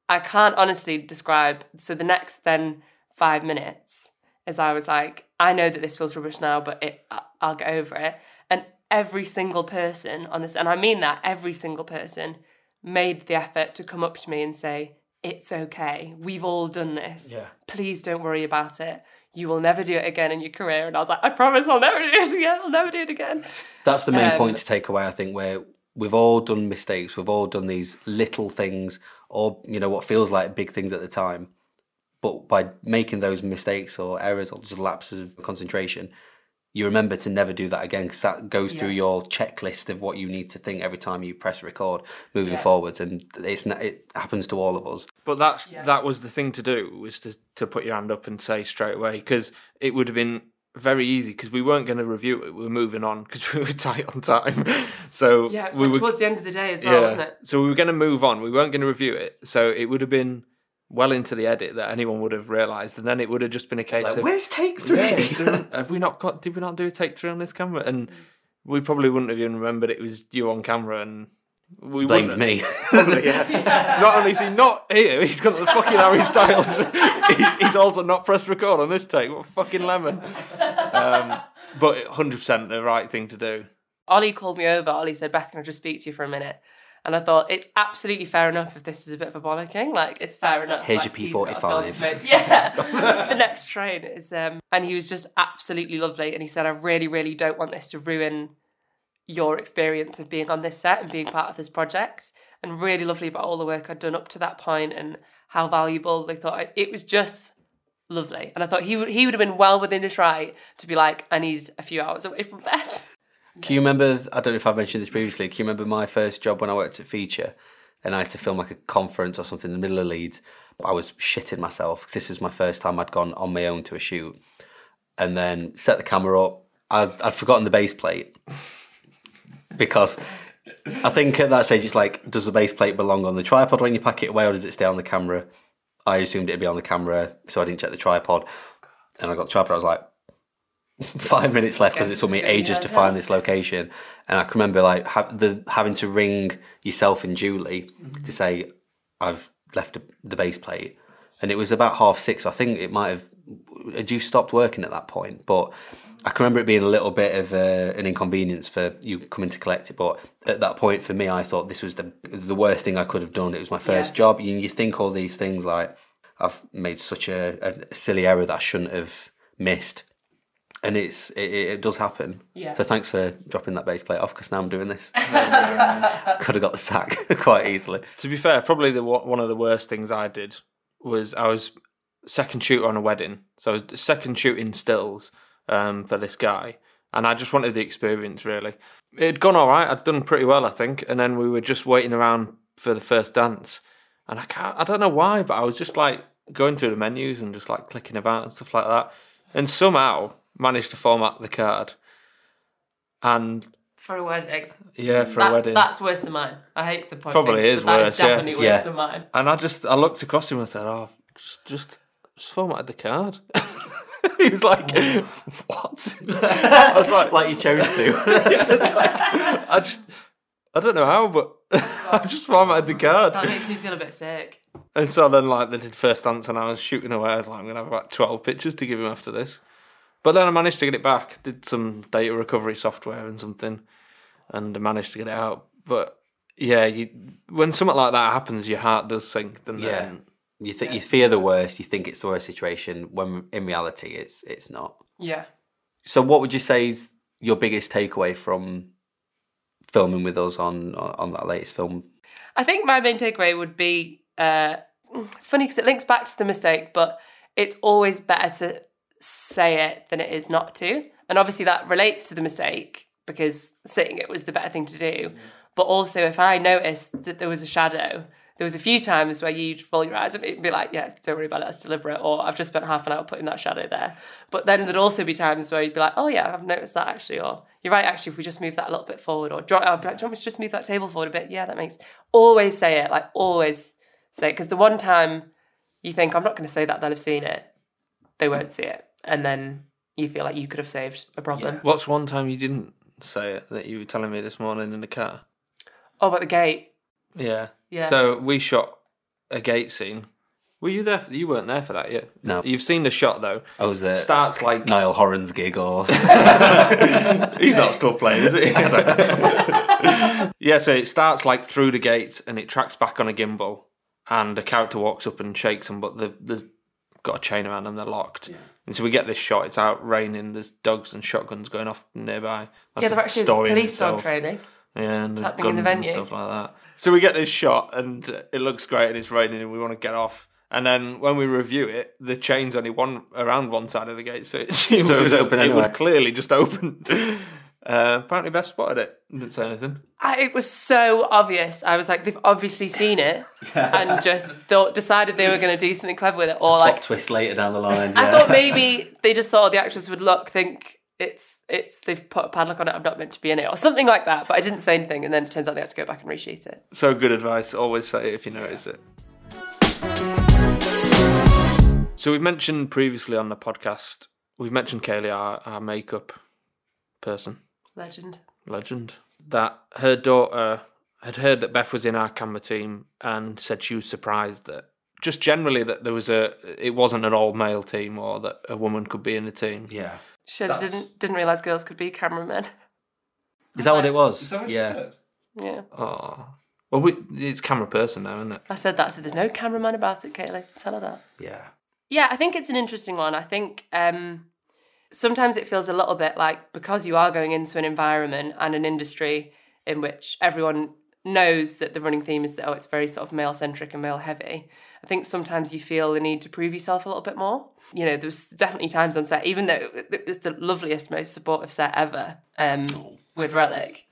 I can't honestly describe. So the next then five minutes is I was like, I know that this feels rubbish now, but it I- I'll get over it. And every single person on this, and I mean that every single person made the effort to come up to me and say. It's okay. We've all done this.
Yeah.
Please don't worry about it. You will never do it again in your career. And I was like, I promise I'll never do it again. I'll never do it again.
That's the main
Um,
point to take away, I think, where we've all done mistakes, we've all done these little things, or you know, what feels like big things at the time. But by making those mistakes or errors or just lapses of concentration, you remember to never do that again because that goes through
Yeah.
your checklist of what you need to think every time you press record moving
Yeah.
forwards, and it's not, it happens to all of us.
But that's
Yeah.
that was the thing to do was to to put your hand up and say straight away because it would have been very easy because we weren't going to review it. We were moving on because we were tight on time. So
Yeah, it was
we
like
were
towards the end of the day as well, wasn't it?
So we were going to move on. We weren't going to review it. So it would have been well into the edit that anyone would have realised, and then it would have just been a case
Like,
of
where's take three?
"Yeah, so have we not got? Did we not do a take three on this camera? And we probably wouldn't have even remembered it was you on camera, and we wouldn't
Blamed
have-
me.
yeah. Not only is he not here, he's got the fucking Harry Styles. He- he's also not pressed record on this take. What a fucking lemon. Um, but 100% the right thing to do.
Ollie called me over. Ollie said, Beth, can I just speak to you for a minute? And I thought, it's absolutely fair enough if this is a bit of a bollocking. Like, it's fair enough.
Here's
like,
your
he's got a film
P45.
to make. Yeah. the next train is. um And he was just absolutely lovely. And he said, I really, really don't want this to ruin your experience of being on this set and being part of this project. And really lovely about all the work I'd done up to that point and how valuable they thought I, it was just lovely. And I thought he would he would have been well within his right to be like, I need a few hours away from Beth.
Can you remember? I don't know if I've mentioned this previously. Can you remember my first job when I worked at Feature, and I had to film like a conference or something in the middle of Leeds? I was shitting myself because this was my first time I'd gone on my own to a shoot, and then set the camera up. I'd, I'd forgotten the base plate because I think at that stage it's like, does the base plate belong on the tripod when you pack it away, or does it stay on the camera? I assumed it'd be on the camera, so I didn't check the tripod, and I got the tripod. I was like, five minutes left because it took me
Guess it's
ages to
gonna be
find
hotels.
this location. And I can remember like ha- the having to ring yourself and Julie to say I've left the base plate, and it was about half six. I think it might have had you stopped working at that point, but. I can remember it being a little bit of uh, an inconvenience for you coming to collect it, but at that point for me, I thought this was the the worst thing I could have done. It was my first
Yeah.
job. You, you think all these things like I've made such a, a silly error that I shouldn't have missed and it's it, it, it does happen.
Yeah.
So thanks for dropping that bass plate off because now I'm doing this. Could have got the sack quite easily.
To be fair, probably the wo- one of the worst things I did was I was second shooter on a wedding. So I was second shooting stills um, for this guy. And I just wanted the experience, really. It had gone all right. I'd done pretty well, I think. And then we were just waiting around for the first dance. And I can't, I don't know why, but I was just like going through the menus and just like clicking about and stuff like that. And somehow managed to format the card. And
For a wedding.
yeah, for
that's,
a wedding.
That's worse than mine. I hate to point
Probably
fingers,
is
but
worse, yeah.
That is definitely worse
Yeah.
than mine.
And I just I looked across him and said, "Oh, I've just just, just formatted the card." he was like, "What?" I was like,
Like you chose to.
"I just I don't know how, but I just formatted the card."
That makes me feel a bit sick.
And so then, like, they did first dance, and I was shooting away. I was like, "I'm gonna have about twelve pictures to give him after this." But then I managed to get it back. Did some data recovery software and something, and I managed to get it out. But yeah, you, when something like that happens, your heart does sink. doesn't it?
Yeah.
And-
you think you fear the worst. You think it's the worst situation when in reality it's it's not.
Yeah.
So what would you say is your biggest takeaway from filming with us on on that latest film?
I think my main takeaway would be uh, it's funny because it links back to the mistake, but it's always better to say it than it is not to. And obviously, that relates to the mistake because saying it was the better thing to do. But also, if I noticed that there was a shadow, there was a few times where you'd roll your eyes at me and be like, yeah, don't worry about it, that's deliberate, or I've just spent half an hour putting that shadow there. But then there'd also be times where you'd be like, oh yeah, I've noticed that actually, or you're right, actually, if we just move that a little bit forward, or do you, want- I'd be like, do you want me to just move that table forward a bit? Yeah, that makes, always say it, like always say it. Because the one time you think, I'm not going to say that, they'll have seen it, they won't see it. And then you feel like you could have saved a problem.
What's one time you didn't say it that you were telling me this morning in the car?
Oh, but the gate.
Yeah.
Yeah.
So we shot a gate scene. Were you there? For, you weren't there for that yet.
No. Uh,
You've seen the shot though.
I was there.
Starts like
Oh, Niall Horan's gig or
he's not still playing, is he? I don't know. yeah. So it starts like through the gates and it tracks back on a gimbal, and a character walks up and shakes them, but the there's got a chain around them. They're locked. And so we get this shot. It's out raining. There's dogs and shotguns going off nearby. That's
Yeah,
a
they're actually
story in
police dog
itself.
training.
Yeah, and the
happening
guns
in the
and
venue.
stuff like that. So we get this shot, and uh, it looks great, and it's raining, and we want to get off. And then when we review it, the chain's only one around one side of the gate, so it, so it
was open
It
anyway.
would clearly just open. Uh, apparently, Beth spotted it. Didn't say anything.
I, it was so obvious. I was like, they've obviously seen it and just thought decided they were going to do something clever with it, or
plot
like
twist later down the line.
I
yeah.
thought maybe they just saw the actress would look, think it's it's they've put a padlock on it. I'm not meant to be in it, or something like that. But I didn't say anything, and then it turns out they had to go back and reshoot it.
So good advice. Always say it if you notice it. So we've mentioned previously on the podcast. We've mentioned Kaylee, our, our makeup person.
Legend.
legend that her daughter had heard that Beth was in our camera team and said she was surprised that just generally that there was a it wasn't an all male team or that a woman could be in the team.
Yeah.
Should have
That's-
didn't didn't realize girls could be cameramen.
Is that what it was? Yeah.
Yeah,
Oh. Well, we, it's camera person now, isn't it?
I said that. So there's no cameraman about it, Caitlin. Tell her that.
Yeah.
Yeah, I think it's an interesting one. I think um, sometimes it feels a little bit like because you are going into an environment and an industry in which everyone knows that the running theme is that oh, it's very sort of male centric and male heavy. I think sometimes you feel the need to prove yourself a little bit more. You know, there was definitely times on set, even though it was the loveliest, most supportive set ever um, with Relic.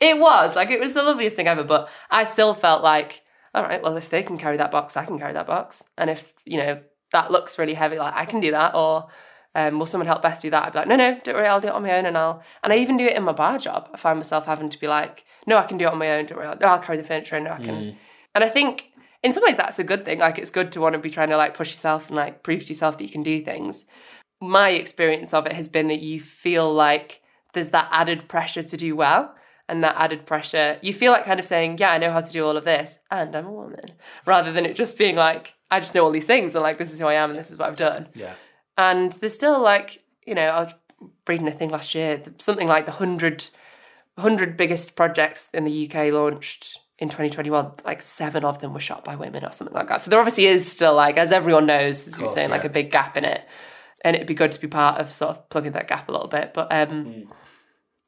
It was like it was the loveliest thing ever, but I still felt like, all right, well, if they can carry that box, I can carry that box, and if you know that looks really heavy, like I can do that, or um, will someone help Beth do that? I'd be like, no, no, don't worry, I'll do it on my own, and I'll and I even do it in my bar job. I find myself having to be like, no, I can do it on my own. Don't worry, I'll, no, I'll carry the furniture, and no, I can. And I think in some ways that's a good thing. Like it's good to want to be trying to like push yourself and like prove to yourself that you can do things my experience of it has been that you feel like there's that added pressure to do well and that added pressure you feel like kind of saying yeah i know how to do all of this and i'm a woman rather than it just being like i just know all these things and like this is who i am and this is what i've done
Yeah.
and there's still like you know i was reading a thing last year th- something like the 100 100 biggest projects in the uk launched in 2021 like seven of them were shot by women or something like that so there obviously is still like as everyone knows as you're
course,
saying like
yeah.
a big gap in it and it'd be good to be part of sort of plugging that gap a little bit but um
Hmm.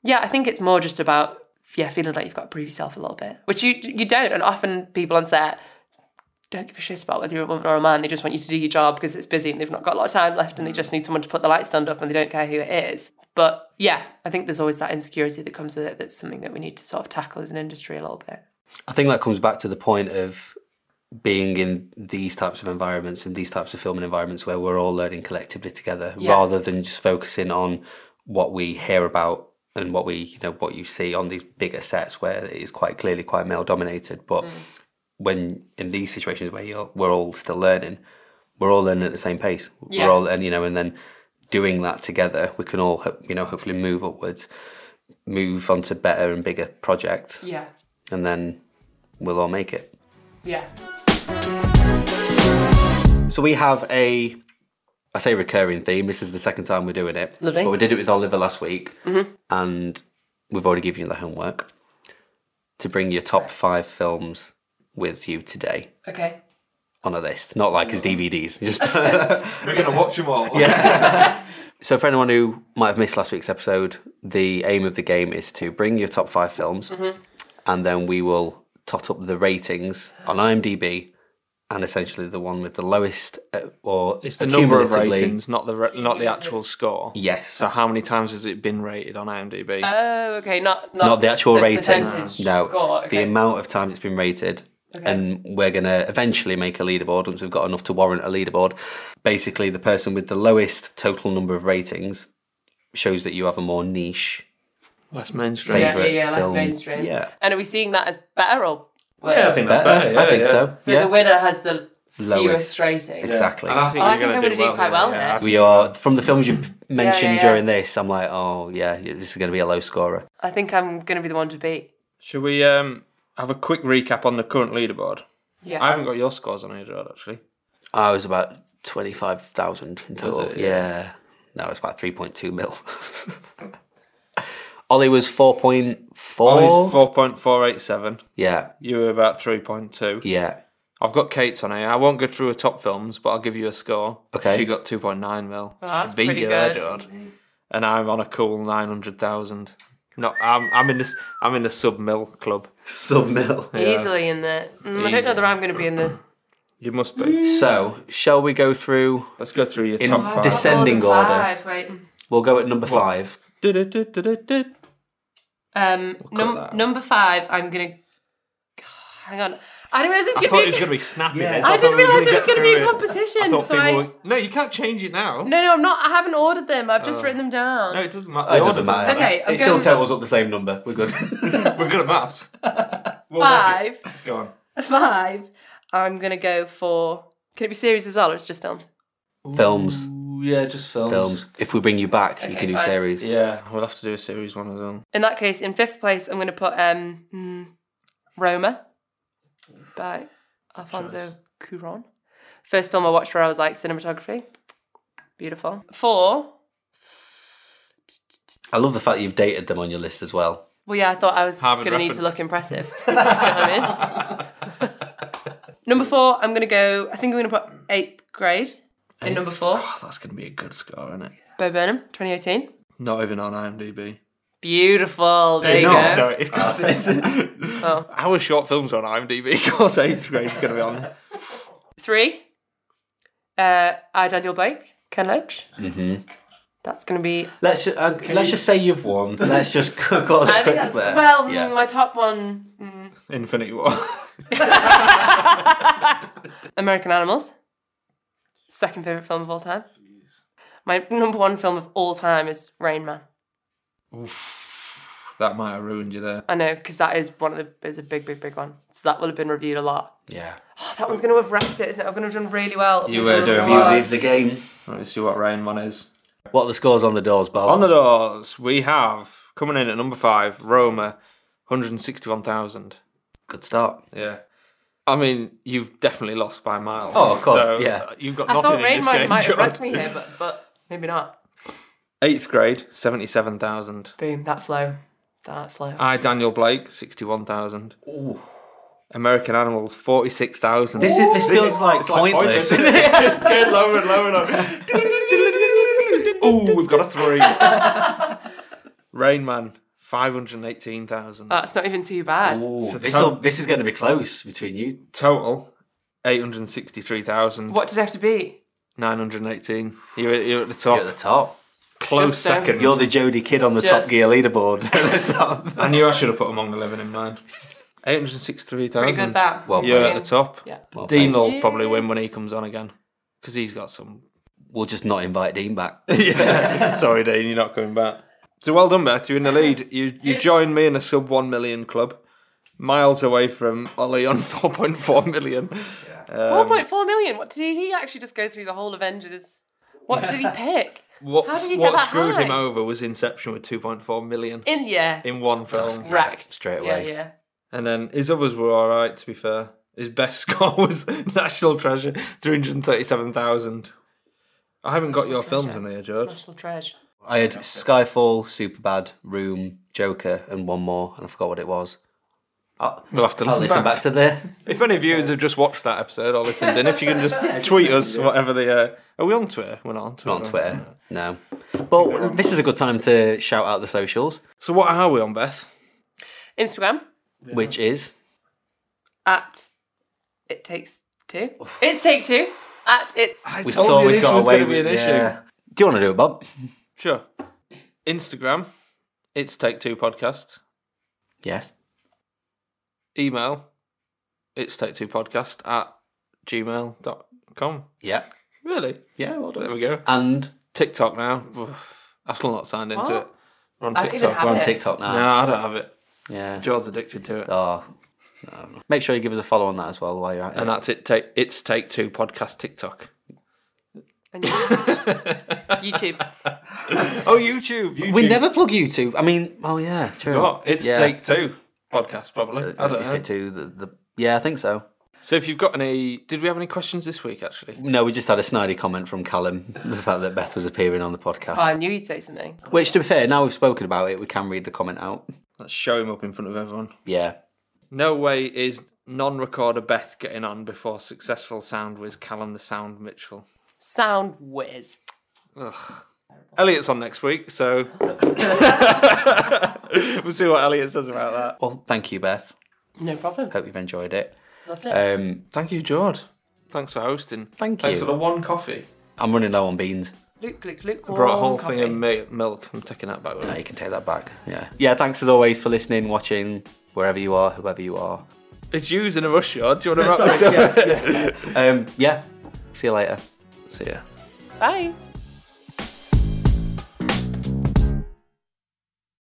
yeah i think it's more just about yeah feeling like you've got to prove yourself a little bit which you you don't and often people on set don't give a shit about whether you're a woman or a man. They just want you to do your job because it's busy and they've not got a lot of time left and they just need someone to put the light stand up and they don't care who it is. But yeah, I think there's always that insecurity that comes with it. That's something that we need to sort of tackle as an industry a little bit.
I think that comes back to the point of being in these types of environments and these types of filming environments where we're all learning collectively together
Yeah.
rather than just focusing on what we hear about and what we you know what you see on these bigger sets where it is quite clearly quite male dominated but
Mm.
when in these situations where you're we're all still learning we're all learning at the same pace
Yeah.
we're all and you know and then doing that together we can all ho- you know hopefully move upwards move on to better and bigger projects
Yeah.
and then we'll all make it.
Yeah.
So we have a, I say recurring theme. This is the second time we're doing it.
Lovely.
But we did it with Oliver last week, and we've already given you the homework to bring your top five films with you today
Okay.
on a list, not like as DVDs. Just
We're gonna watch them all. Yeah.
So, for anyone who might have missed last week's episode, the aim of the game is to bring your top five films,
Mm-hmm.
and then we will tot up the ratings on IMDb, and essentially the one with the lowest uh, or
It's the number of
accumulatively-
ratings, not the ra- not the actual score.
Yes,
So how many times has it been rated on IMDb?
Oh, okay. Not not,
not the actual rating.
percentage
No,
Score.
the
Okay.
amount of times it's been rated. And we're going to eventually make a leaderboard once we've got enough to warrant a leaderboard. Basically, the person with the lowest total number of ratings shows that you have a more niche
Less mainstream.
Yeah,
favorite
yeah, less
film.
mainstream.
Yeah.
And are we seeing that as better or worse?
Yeah, I think that's
Better,
better. yeah,
I think
yeah.
so.
So
yeah.
the winner has the
lowest.
frustrating.
Exactly.
And I think
Oh, I
you're
think I'm
going to
gonna do quite well
yeah,
here.
I think-
We are from the films you mentioned
yeah.
during this. I'm like, oh yeah, this is going to be a low scorer.
I think I'm going to be the one to beat.
Should we um, have a quick recap on the current leaderboard?
Yeah.
I haven't got your scores on here, Gerard, actually.
I was about twenty five thousand in total.
it?
Yeah. no, it's about three point two mil. Ollie was four point
Ollie's
four.
4.487.
Yeah,
You were about 3.2.
yeah.
I've got Kate's on here. I won't go through her top films, but I'll give you a score.
Okay.
She got 2.9 mil.
Oh, that's
She beat
pretty
you there,
good.
Gerard. And I'm on a cool 900,000. No, I'm, I'm in this. I'm in the sub mil club.
Sub mil.
Easily in the. Mm, I don't know that I'm going to be in the.
You must be.
Mm.
So, shall we go through?
Let's go through your top five.
dis- Descending
More than
order.
Five, wait.
We'll go at number five.
Du-du-du-du-du-du.
Um,
cut
num-
that out.
number five, I'm going to. Hang on. I didn't realize it was
I thought it
going
was
to
going
be.
to be snappy.
Yeah.
then, so
I
thought
didn't
we were
realize it
gonna
was
get
going to be a
through it. I
competition.
thought
So
people
I.
were- No, you can't change it now.
No, no, I'm not. I haven't ordered them. I've just written them down.
Oh. No, it doesn't matter.
Oh, it
The
doesn't
order
matter.
Okay, I'm
it still
going-
totals up the same number. We're good.
We're good at maths. We'll work
five.
it. Go on.
Five. I'm going to go for. Can it be series as well, or it's just films?
films,
Ooh, yeah, just films.
films. If we bring you back, you
Okay,
can do
fine.
series.
Yeah, we'll have to do a series one as well.
In that case, in fifth place, I'm going to put um, mm, Roma by Alfonso
Choice.
Cuaron. First film I watched where I was like, cinematography, beautiful. Four,
I love the fact that you've dated them on your list as well.
well, yeah, I thought I was
Harvard
going to need to
reference.
look impressive. You know what I mean? number four, I'm going to go, I think I'm going to put eighth grade in number four,
Oh, that's going to be a good score, isn't it?
Bo Burnham, 2018.
Not even on IMDb.
Beautiful, there you Oh.
not?
go.
No, it's because it's. Our short films are on IMDb. Of course, eighth grade's going to be on.
Three, uh, I, Daniel Blake, Ken Loach. Mm-hmm. That's going to be
Let's just, uh, let's just say you've won. Let's just call it
I think
quits
that's
there.
well, mm,
yeah.
my top one. mm.
Infinity War.
American Animals, second favorite film of all time. My number one film of all time is Rain Man.
that might have ruined you there.
I know because that is one of the is a big, big, big one. So that will have been reviewed a lot.
yeah.
Oh, that one's going to have wrecked it, isn't it? I'm going to have done really well.
You were doing
You
well.
leave the game.
Let's see what Rain One is.
What are the scores on the doors, Bob?
On the doors, we have coming in at number five, Roma, 161,000.
Good start.
Yeah. I mean, you've definitely lost by miles.
Oh, of course,
So,
yeah.
uh, You've got
I
nothing
thought
in
Rain
this
Man
game,
might have
John.
wrecked me here, but but maybe not.
Eighth grade, 77,000.
Boom, that's low. That's low.
I, Daniel Blake, 61,000. American Animals, 46,000.
This is this feels like pointless.
it's getting lower and lower and lower. Ooh, we've got a three. Rain Man, 518,000.
That's not even too bad.
Ooh,
So
this,
Tom-
will- this is going to be close between you.
Total, 863,000.
What did I have to beat?
918. You're, you're at the
You're
top.
at the top.
Close
Just, um,
second.
You're the Jody kid on the Top
Just-
Gear leaderboard. at the top.
I knew I should have put Among the Living in mine.
Pretty
863,000.
good that.
Well,
You're
I
at
mean,
the top.
Yeah.
Dean
thank
will probably win when he comes on again because he's got some.
We'll just not invite Dean back.
Sorry, Dean, you're not coming back. So well done, Beth. You're in the lead. You you joined me in a sub one million club, miles away from Ollie on four point four million.
Um,
Four point four million. What did he actually just go through the whole Avengers? What did he pick?
What
How did he get
what
that
screwed him
high?
over was Inception with two point four million
In yeah,
in one film,
wrecked
straight
Yeah,
away.
yeah.
and then his others were all right. To be fair, his best score was National Treasure, three hundred thirty-seven thousand. I haven't got your films on here, George.
National treasure.
I had Skyfall, Superbad, Room, Joker, and one more, and I forgot what it was. I'll,
We'll have to
I'll
listen,
listen
back.
back to the.
If any viewers have just watched that episode or listened in, if you can just tweet us whatever the uh, are we on Twitter? We're not on Twitter.
on Twitter. No. But this is a good time to shout out the socials,
So what are we on, Beth?
Instagram
which is
at it takes two. It's take two at it.
I
we
told
thought
you
we
this
got
was
away
going to be
with
an issue.
yeah. Do you want to do it, Bob?
Sure. Instagram, it's Take Two Podcast.
Yes.
Email, it's Take Two Podcast at gmail.com.
Yeah.
Really?
Yeah. Well
There
done.
we go.
And
TikTok now. Oof, I've still not signed into
What?
it. We're on
I don't even
TikTok.
have
we're on
it.
TikTok now.
No, I don't have it.
Yeah.
George's addicted to it.
Oh, Make sure you give us a follow on that as well while you're out.
And that's it. Take it's take two podcast TikTok.
And YouTube. YouTube.
Oh, YouTube. YouTube.
We never plug YouTube. I mean, oh yeah, true.
What? It's
yeah. Uh,
take two podcast probably. I don't
It's
know.
take two. The, the, yeah, I think so.
So if you've got any, did we have any questions this week? Actually,
No, we just had a snidey comment from Callum, the fact that Beth was appearing on the podcast.
Oh, I knew you'd say something.
Which, to be fair, now we've spoken about it, we can read the comment out.
let's show him up in front of everyone.
Yeah.
No way is non-recorder Beth getting on before successful sound whiz Callum the Sound Mitchell.
Sound whiz.
Elliot's on next week, so we'll see what Elliot says about that.
Well, thank you, Beth.
No problem.
Hope you've enjoyed it.
Loved it.
Um,
Thank you, George. Thanks for hosting.
Thank
Thanks
you.
for the one coffee.
I'm running low on beans.
Luke, Luke, Luke.
I brought a
warm
whole
coffee.
thing of mi- milk. I'm taking that back. with
No,
me.
you can take that back. Yeah. Yeah, thanks as always for listening, watching, wherever you are, whoever you are.
It's used in a rush yard. Do you want to wrap this up?
yeah. Um, yeah. See you later.
See ya.
Bye.